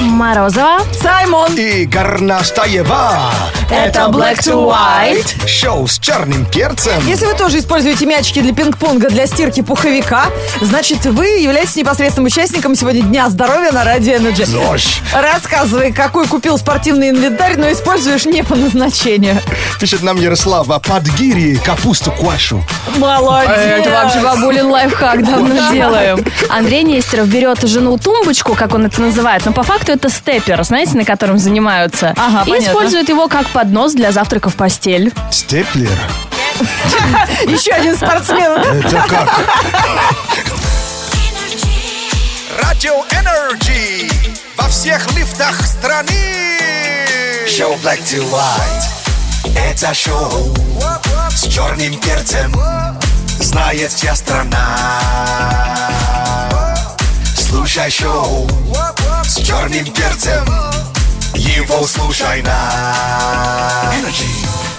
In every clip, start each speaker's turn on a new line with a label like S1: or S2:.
S1: Морозова.
S2: Саймон.
S3: И Горнаштаева.
S1: Это Black to White.
S3: Шоу с черным перцем.
S2: Если вы тоже используете мячики для пинг-понга, для стирки пуховика, значит, вы являетесь непосредственным участником сегодня Дня здоровья на Радио Energy.
S3: Нож.
S2: Рассказывай, какой купил спортивный инвентарь, но используешь не по назначению.
S3: Пишет нам Ярослава. Под гири капусту квашу.
S2: Молодец.
S1: Э, Это вообще бабулин лайфхак давно делаем. Андрей Нестеров берет жену тумбочку, как он это называет, но по факту это степер, знаете, на котором занимаются.
S2: Ага,
S1: и
S2: понятно.
S1: использует его как поднос для завтрака в постель.
S3: Степлер.
S2: Еще один спортсмен.
S3: Это как? Радио Energy во всех лифтах страны. Шоу Black to White. Это шоу с черным перцем. Знает вся страна. Слушай шоу с черным перцем. Его слушай на Energy.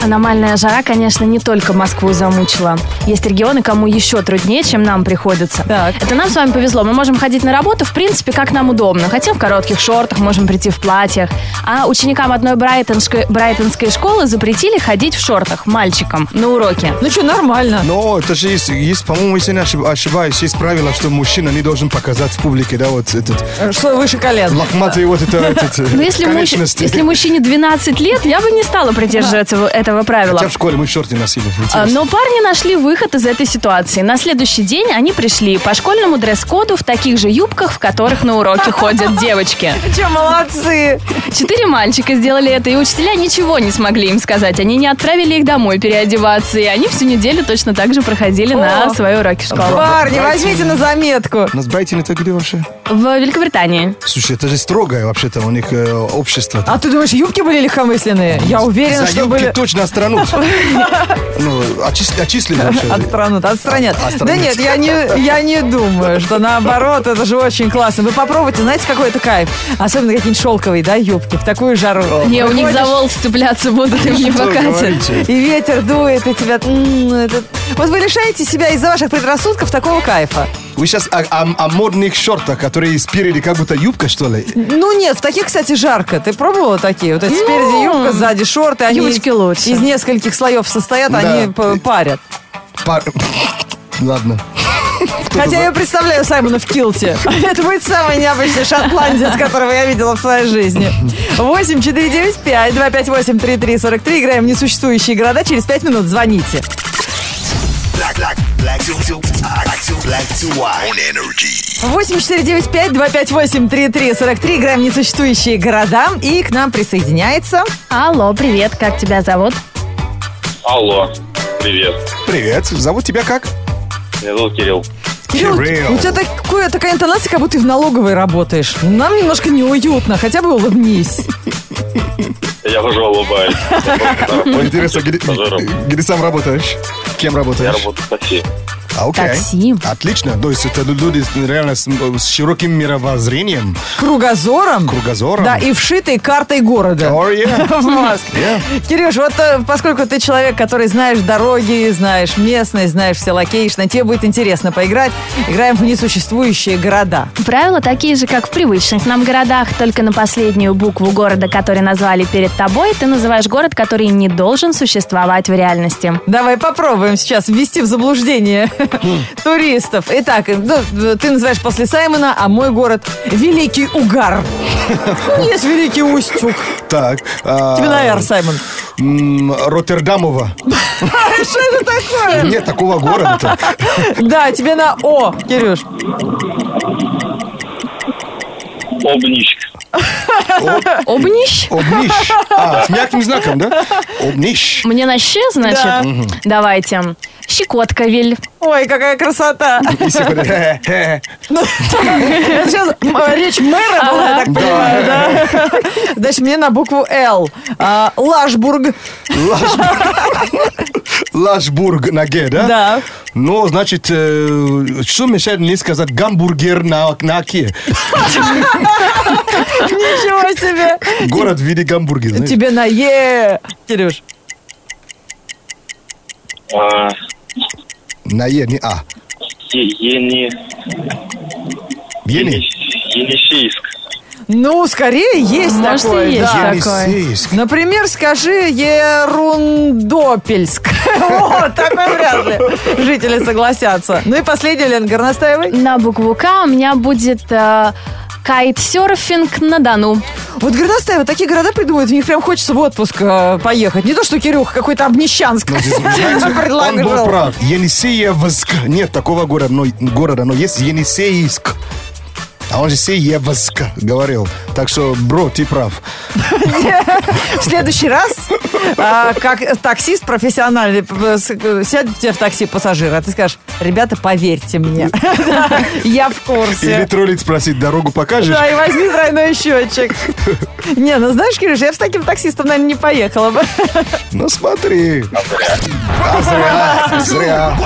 S1: Аномальная жара, конечно, не только Москву замучила. Есть регионы, кому еще труднее, чем нам приходится.
S2: Так.
S1: Это нам с вами повезло. Мы можем ходить на работу, в принципе, как нам удобно. Хотим в коротких шортах, можем прийти в платьях. А ученикам одной брайтонской, брайтонской школы запретили ходить в шортах, мальчикам, на уроке.
S2: Ну что, нормально.
S3: Но это же есть, есть, по-моему, если не ошиб- ошибаюсь, есть правило, что мужчина не должен показать в публике, да, вот этот
S2: Что выше колен.
S3: лохматый вот это, этот,
S2: Ну,
S1: Но Ну, если, муж-
S3: конечности.
S1: если мужчине 12 лет, я бы не стала придерживаться в- этого правила.
S3: Хотя в школе мы шорты носили.
S1: А,
S3: интересно.
S1: Но парни нашли выход из этой ситуации. На следующий день они пришли по школьному дресс-коду в таких же юбках, в которых на уроки ходят девочки.
S2: Че, Ну молодцы.
S1: Четыре мальчика сделали это, и учителя ничего не смогли им сказать. Они не отправили их домой переодеваться, и они всю неделю точно так же проходили на
S2: О.
S1: свои уроки в школу.
S2: Парни, возьмите на заметку.
S3: У нас Брайтон это где вообще?
S1: В Великобритании.
S3: Слушай, это же строгое вообще-то у них э, общество.
S2: А ты думаешь, юбки были легкомысленные? Я уверена,
S3: За
S2: что
S3: юбки
S2: были...
S3: точно отстранут. Ну, отчис- отчислили вообще.
S2: Отстранут, отстранят. Да
S3: Отстранят.
S2: нет, я не, я не думаю, что наоборот, это же очень классно. Вы попробуйте, знаете, какой это кайф? Особенно какие-нибудь шелковые, да, юбки, в такую жару.
S1: Не, у них за
S2: Выходишь,
S1: волосы цепляться будут, им не
S3: Что вы
S1: покатят.
S3: говорите?
S2: И ветер дует, и тебя... м, это- Вот вы лишаете себя из-за ваших предрассудков такого кайфа.
S3: Вы сейчас о, о- о модных шортах, которые спереди как будто юбка, что ли?
S2: Ну нет, в таких, кстати, жарко. Ты пробовала такие? Вот эти спереди юбка, сзади шорты. Они
S1: Ну, юбочки лучше.
S2: Из нескольких слоев состоят,
S3: Да.
S2: они п- парят.
S3: Пар- Ладно.
S2: Хотя я представляю Саймона в килте. Это будет самый необычный шотландец, которого я видела в своей жизни. 8 4 9 5 2 5 8 3 3 43. Играем в несуществующие города. Через 5 минут звоните.
S4: Black, black, black to, to, black to, black to white. On energy.
S2: 8 4 9 5 2 5 8 3 3 43. Играем в несуществующие города. И к нам присоединяется...
S1: Алло, привет, как тебя зовут?
S5: Алло, привет.
S3: Привет, зовут тебя как?
S5: Меня зовут Кирилл.
S2: Кирилл,
S3: Кирилл.
S2: у тебя такое, такая интонация, как будто ты в налоговой работаешь. Нам немножко неуютно, хотя бы улыбнись.
S5: Я тоже улыбаюсь.
S3: Интересно, где,
S5: Пассажиром.
S3: где ты сам работаешь? Кем
S5: Я
S3: работаешь?
S5: работаю в такси.
S3: А, окей.
S1: Такси.
S3: Отлично. То есть это люди с- реально с, с широким мировоззрением,
S2: Кругозором.
S3: кругозором.
S2: Да, и вшитой картой города.
S3: Oh, yeah.
S2: в мозг.
S3: Yeah.
S2: Кирюш, вот э, поскольку ты человек, который знаешь дороги, знаешь местность, знаешь все локейшны, тебе будет интересно поиграть. Играем в несуществующие города.
S1: Правила такие же, как в привычных нам городах, только на последнюю букву города, который назвали перед тобой, ты называешь город, который не должен существовать в реальности.
S2: Давай попробуем сейчас ввести в заблуждение туристов. Итак, ну, ты называешь после Саймона, а мой город Великий Угар. Ну, Есть Великий Устюг.
S3: Так. а,
S2: Тебе на «Р», Саймон.
S3: м, Роттердамова.
S2: А, Что это такое?
S3: Нет такого города.
S2: Да, тебе на О, Кирюш.
S5: Обнищ.
S1: Обнищ?
S3: Обнищ. А, с мягким знаком, да? Обнищ.
S1: Мне на «щ», значит?
S2: Да.
S1: Давайте. Щекотковель.
S2: Ой, какая красота.
S3: И все говорят, «Хе-хе-хе».
S2: Ну, это сейчас м, речь мэра была, я так понимаю, да? Значит, мне на букву «Л». А, Лашбург.
S3: Лашбург на Г, да?
S2: Да.
S3: Ну, значит, э, что мешает мне сказать гамбургер на, на «Ке»?
S2: Ничего себе.
S3: Город в виде гамбургера. знаешь?
S2: Тебе на «Е». Кирюш.
S5: А,
S3: На Е, не А.
S5: е- Ени...
S3: Ени.
S5: Енисейск.
S2: Ну, скорее есть
S1: Может, и
S2: такое.
S1: есть
S2: да.
S1: такое.
S3: Енисейск.
S2: Например, скажи ерундопельск. Вот, такой вряд ли жители согласятся. Ну и последний, Лен Горностаевой.
S1: На букву К у меня будет э, кайтсерфинг на Дону.
S2: Вот Горностаева такие города придумают, в них прям хочется в отпуск э, поехать. Не то, что Кирюха какой-то Обнищанск
S3: Ну, здесь, знаете, Он был
S2: предлагал.
S3: прав. Енисеевск. Нет такого города, но, города, но есть Енисейск. А он же Сеевск говорил. Так что, бро, ты прав.
S2: В следующий раз, а, как таксист профессиональный, п- с- э, сядет тебе в такси пассажир, а ты скажешь, ребята, поверьте мне, Да, я в
S3: Или
S2: курсе.
S3: троллить спросить, дорогу покажешь?
S2: Да, и возьми тройной счетчик. Не, ну знаешь, Кирюш, я бы с таким таксистом, наверное, не поехала бы.
S3: Ну смотри. А зря, зря.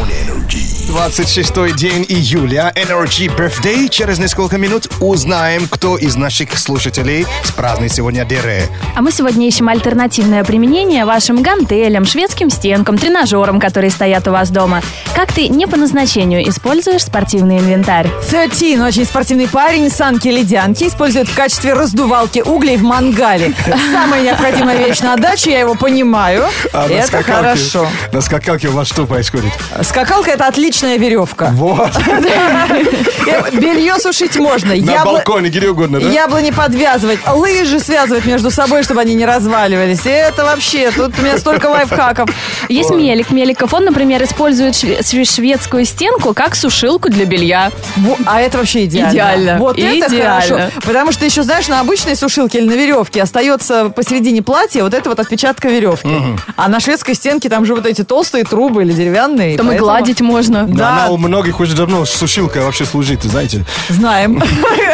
S4: On energy.
S3: 26 день июля, Energy Birthday. Через несколько минут узнаем, кто из наших слушателей празднует сегодня ДР.
S1: А мы сегодня ищем альтернативное применение вашим гантелям, шведским стенкам, тренажерам, которые стоят у вас дома. Как ты не по назначению используешь спортивный инвентарь?
S2: 13, очень спортивный парень, санки ледянки, использует в качестве раздувалки углей в мангале. Самая необходимая вещь на даче, я его понимаю.
S3: А на
S2: Это
S3: скакалке-
S2: хорошо.
S3: На скакалке у вас что происходит?
S2: Скакалка это отличная веревка.
S3: Вот,
S2: Э, Белье сушить можно.
S3: на
S2: Ябл-
S3: балконе, где угодно, да?
S2: Яблони подвязывать, лыжи связывать между собой, чтобы они не разваливались. И это вообще, тут у меня столько лайфхаков.
S1: Есть мелик. Меликов, он, например, использует шве- шве- шведскую стенку как сушилку для белья.
S2: Во- А это вообще идеально.
S1: Идеально.
S2: Вот это
S1: Идеально.
S2: хорошо. Потому что еще, знаешь, на обычной сушилке или на веревке остается посередине платья вот это вот отпечатка веревки. А на шведской стенке там же вот эти толстые трубы или деревянные.
S1: Там и
S2: поэтому
S1: гладить можно.
S3: Да,
S2: Да.
S3: Она у многих уже давно сушилка вообще служит, знаете.
S2: Знаем.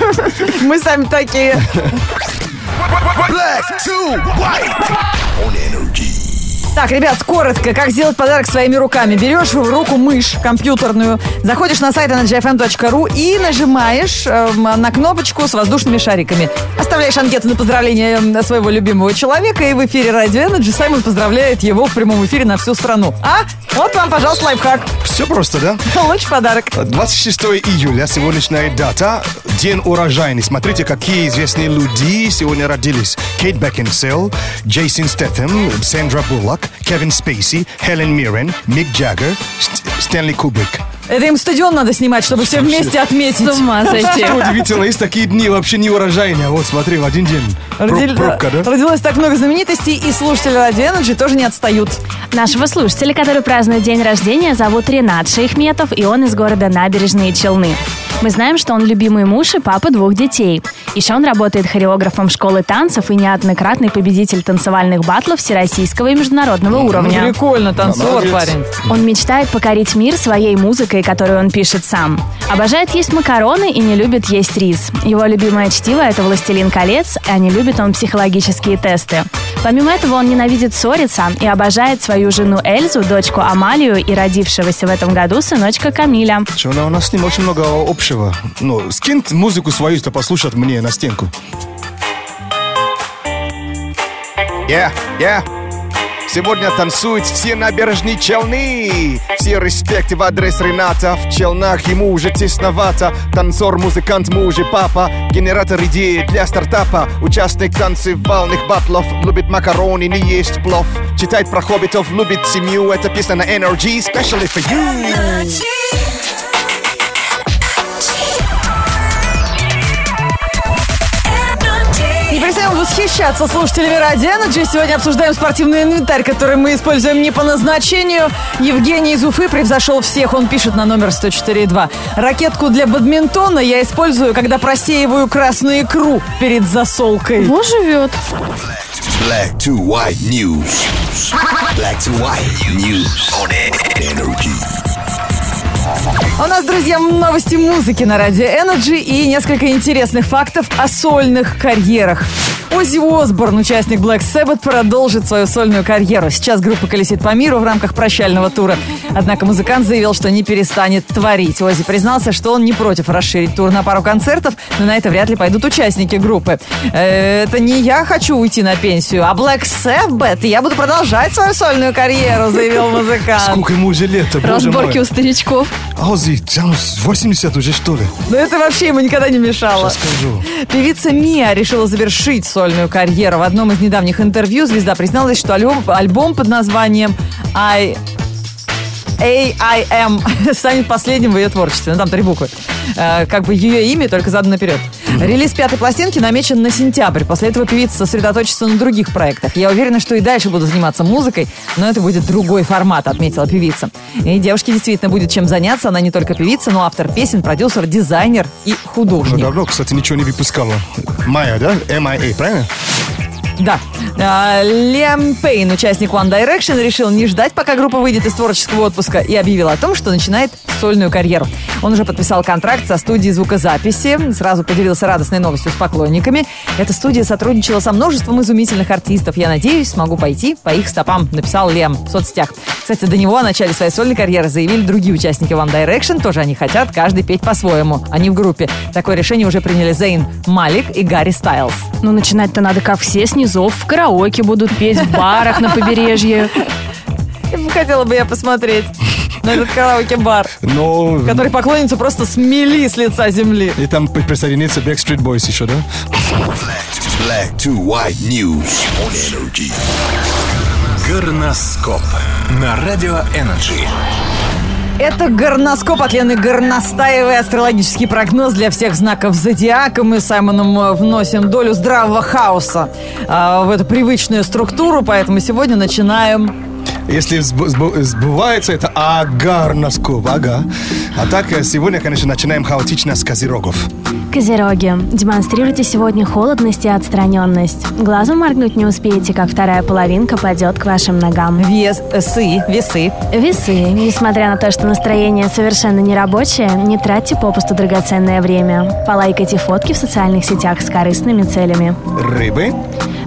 S2: Мы сами такие.
S4: Black to white. On energy.
S2: Так, ребят, коротко, как сделать подарок своими руками. Берешь в руку мышь компьютерную, заходишь на сайт energyfm.ru и нажимаешь эм, на кнопочку с воздушными шариками. Оставляешь анкету на поздравление эм, своего любимого человека, и в эфире Радио Energy Саймон поздравляет его в прямом эфире на всю страну. А, вот вам, пожалуйста, лайфхак.
S3: Все просто, да?
S2: Лучший подарок.
S3: 26 июля, сегодняшняя дата, день урожайный. Смотрите, какие известные люди сегодня родились. Кейт Бекинсел, Джейсон Стэтхэм, Сандра Буллок, Кевин Спейси, Хелен Миррен, Мик Джаггер, Ст- Стэнли Кубрик.
S2: Это им стадион надо снимать, чтобы все вместе отметить.
S1: С ума сойти.
S3: Что удивительно, есть такие дни вообще не урожайные. Вот смотри, в один день. Проб-
S2: Родили-
S3: пробка, да?
S2: Родилось так много знаменитостей, и слушатели Радио Energy тоже не отстают.
S1: Нашего слушателя, который празднует день рождения, зовут Ренат Шейхметов, и он из города Набережные Челны. Мы знаем, что он любимый муж и папа двух детей. Еще он работает хореографом школы танцев и неоднократный победитель танцевальных батлов всероссийского и международного уровня.
S2: ну, Прикольно, танцор,
S3: Молодец.
S2: парень.
S1: Он мечтает покорить мир своей музыкой, которую он пишет сам. Обожает есть макароны и не любит есть рис. Его любимое чтиво – это «Властелин колец», а не любит он психологические тесты. Помимо этого, он ненавидит ссориться и обожает свою жену Эльзу, дочку Амалию и родившегося в этом году сыночка Камиля.
S3: Чё, ну, у нас с ним очень много общего. Ну, скинь музыку свою-то послушать мне на стенку. Я, я. Сегодня танцуют все набережные Челны. Все респекты в адрес Рената. В Челнах ему уже тесновато. Танцор, музыкант, муж и папа. Генератор идеи для стартапа. Участник танцевальных батлов. Любит макароны, не есть плов. Читает про хоббитов, любит семью. Это песня на Energy, specially for you.
S2: Не перестаем восхищаться слушателями Ради Energy. Сегодня обсуждаем спортивный инвентарь, который мы используем не по назначению. Евгений из Уфы превзошел всех. Он пишет на номер 104.2. Ракетку для бадминтона я использую, когда просеиваю красную икру перед засолкой.
S1: Вот живет.
S4: Black to white news. Black to white news. On energy.
S2: А У нас, друзья, новости музыки на Радио Energy и несколько интересных фактов о сольных карьерах. Оззи Осборн, участник Black Sabbath, продолжит свою сольную карьеру. Сейчас группа колесит по миру в рамках прощального тура. Однако музыкант заявил, что не перестанет творить. Оззи признался, что он не против расширить тур на пару концертов, но на это вряд ли пойдут участники группы. «Э, Это не я хочу уйти на пенсию, а Black Sabbath. Я буду продолжать свою сольную карьеру, заявил музыкант.
S3: Сколько ему уже лет, боже
S6: Разборки
S3: мой.
S6: у старичков.
S3: Ози, там 80 уже, что ли?
S2: Но это вообще ему никогда не мешало.
S3: Скажу.
S2: Певица Мия решила завершить сольную карьеру. В одном из недавних интервью звезда призналась, что альбом, альбом под названием «I AIM станет последним в ее творчестве. Ну, там три буквы. Э, как бы ее имя, только задано наперед. Релиз пятой пластинки намечен на сентябрь. После этого певица сосредоточится на других проектах. Я уверена, что и дальше буду заниматься музыкой, но это будет другой формат, отметила певица. И девушке действительно будет чем заняться. Она не только певица, но автор песен, продюсер, дизайнер и
S3: Уже
S2: художник.
S3: давно, кстати, ничего не выпускала. Майя, да? MIA, правильно?
S2: Да. А, Лем Пейн, участник One Direction, решил не ждать, пока группа выйдет из творческого отпуска и объявил о том, что начинает сольную карьеру. Он уже подписал контракт со студией звукозаписи, сразу поделился радостной новостью с поклонниками. Эта студия сотрудничала со множеством изумительных артистов. Я надеюсь, смогу пойти по их стопам, написал Лем в соцсетях. Кстати, до него о начале своей сольной карьеры заявили другие участники One Direction. Тоже они хотят каждый петь по-своему, они в группе. Такое решение уже приняли Зейн Малик и Гарри Стайлз.
S6: Ну, начинать-то надо, как все, с низов. В караоке будут петь, в барах на побережье.
S2: Хотела бы я посмотреть на этот караоке-бар,
S3: Но...
S2: который поклонницу просто смели с лица земли.
S3: И там при- присоединится Backstreet Boys еще, да?
S7: Black to white news on energy.
S4: Горноскоп на Радио Энерджи.
S2: Это горноскоп от Лены Горностаевой. Астрологический прогноз для всех знаков зодиака. Мы с Саймоном э, вносим долю здравого хаоса э, в эту привычную структуру. Поэтому сегодня начинаем.
S3: Если сб- сб- сбывается, это агарноскоп, ага. А так, э, сегодня, конечно, начинаем хаотично с козерогов.
S1: Козероги, демонстрируйте сегодня холодность и отстраненность. Глазом моргнуть не успеете, как вторая половинка падет к вашим ногам.
S2: Вес, сы, весы.
S1: Весы, несмотря на то, что настроение совершенно не рабочее, не тратьте попусту драгоценное время. Полайкайте фотки в социальных сетях с корыстными целями.
S3: Рыбы.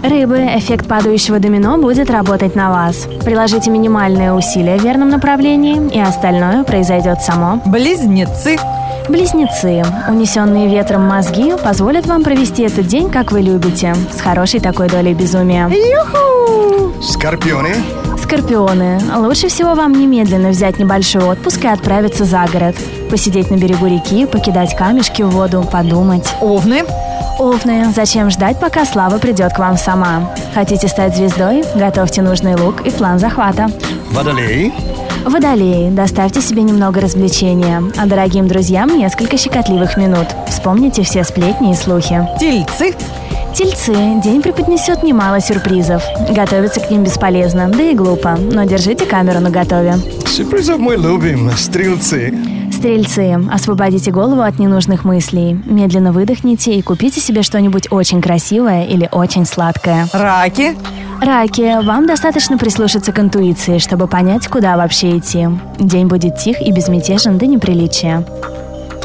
S1: Рыбы, эффект падающего домино будет работать на вас. Приложите минимальные усилия в верном направлении, и остальное произойдет само.
S2: Близнецы.
S1: Близнецы. Унесенные ветром мозги позволят вам провести этот день, как вы любите, с хорошей такой долей безумия.
S3: Скорпионы.
S1: Скорпионы. Лучше всего вам немедленно взять небольшой отпуск и отправиться за город. Посидеть на берегу реки, покидать камешки в воду, подумать.
S2: Овны.
S1: Овны. Зачем ждать, пока слава придет к вам сама? Хотите стать звездой? Готовьте нужный лук и план захвата.
S3: Водолеи.
S1: Водолеи, доставьте себе немного развлечения, а дорогим друзьям несколько щекотливых минут. Вспомните все сплетни и слухи.
S2: Тельцы.
S1: Тельцы, день преподнесет немало сюрпризов. Готовиться к ним бесполезно, да и глупо, но держите камеру наготове.
S3: Сюрпризов мы любим. Стрелцы.
S1: Стрельцы, освободите голову от ненужных мыслей, медленно выдохните и купите себе что-нибудь очень красивое или очень сладкое.
S2: Раки.
S1: Раки, вам достаточно прислушаться к интуиции, чтобы понять, куда вообще идти. День будет тих и безмятежен до неприличия.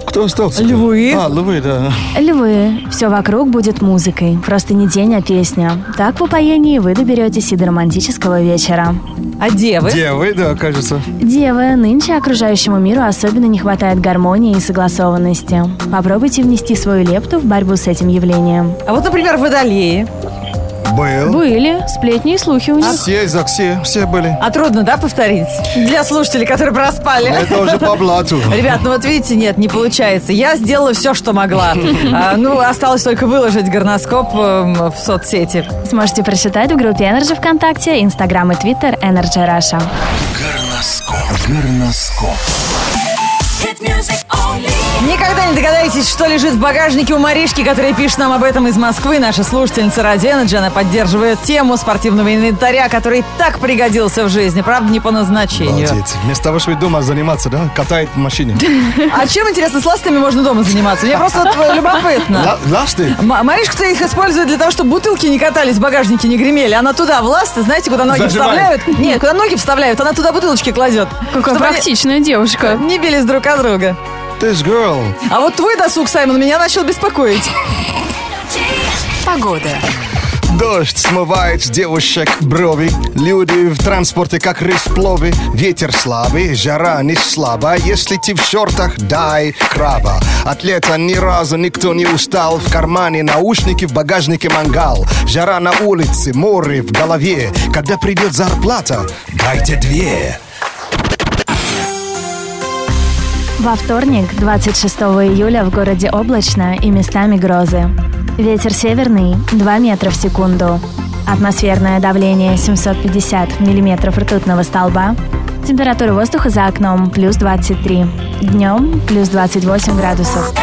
S3: Кто остался?
S2: Львы.
S3: А, львы, да.
S1: Львы, все вокруг будет музыкой, просто не день, а песня. Так в упоении вы доберетесь и до романтического вечера.
S2: А девы.
S3: Девы, да, кажется.
S1: Девы, нынче окружающему миру особенно не хватает гармонии и согласованности. Попробуйте внести свою лепту в борьбу с этим явлением.
S2: А вот, например, водолеи.
S3: Был.
S6: Были сплетни и слухи у них.
S3: Все, Изак, все, все были.
S2: А трудно, да, повторить? Для слушателей, которые проспали.
S3: Ну, Это уже по блату.
S2: Ребят, ну вот видите, нет, не получается. Я сделала все, что могла. А, ну, осталось только выложить горноскоп эм, в соцсети.
S1: Сможете прочитать в группе Energy ВКонтакте, Инстаграм и Твиттер Energy Раша.
S4: Горноскоп. Горноскоп.
S2: Никогда не догадаетесь, что лежит в багажнике у Маришки, которая пишет нам об этом из Москвы. Наша слушательница Ради Energy, она поддерживает тему спортивного инвентаря, который так пригодился в жизни. Правда, не по назначению.
S3: Молодец. Вместо того, чтобы дома заниматься, да, катает в машине.
S2: А чем, интересно, с ластами можно дома заниматься? Мне просто вот, э, любопытно.
S3: Ла- Ласты.
S2: М- Маришка-то их использует для того, чтобы бутылки не катались, в багажнике не гремели. Она туда, в ласты, знаете, куда ноги
S3: Зажимает.
S2: вставляют? Нет, куда ноги вставляют, она туда бутылочки кладет.
S6: Какая
S2: чтобы они
S6: практичная девушка.
S2: Не бились друг от друга.
S3: This girl.
S2: А вот твой досуг, Саймон, меня начал беспокоить.
S3: Дождь смывает с девушек брови. Люди в транспорте, как рысь в плове. Ветер слабый, жара не слаба. Если ты в шортах, дай краба. От лета ни разу никто не устал. В кармане наушники, в багажнике мангал. Жара на улице, море в голове. Когда придет зарплата, дайте две.
S1: Во вторник, 26 июля, в городе облачно и местами грозы. Ветер северный 2 метра в секунду. Атмосферное давление 750 миллиметров ртутного столба. Температура воздуха за окном плюс 23. Днем плюс 28 градусов.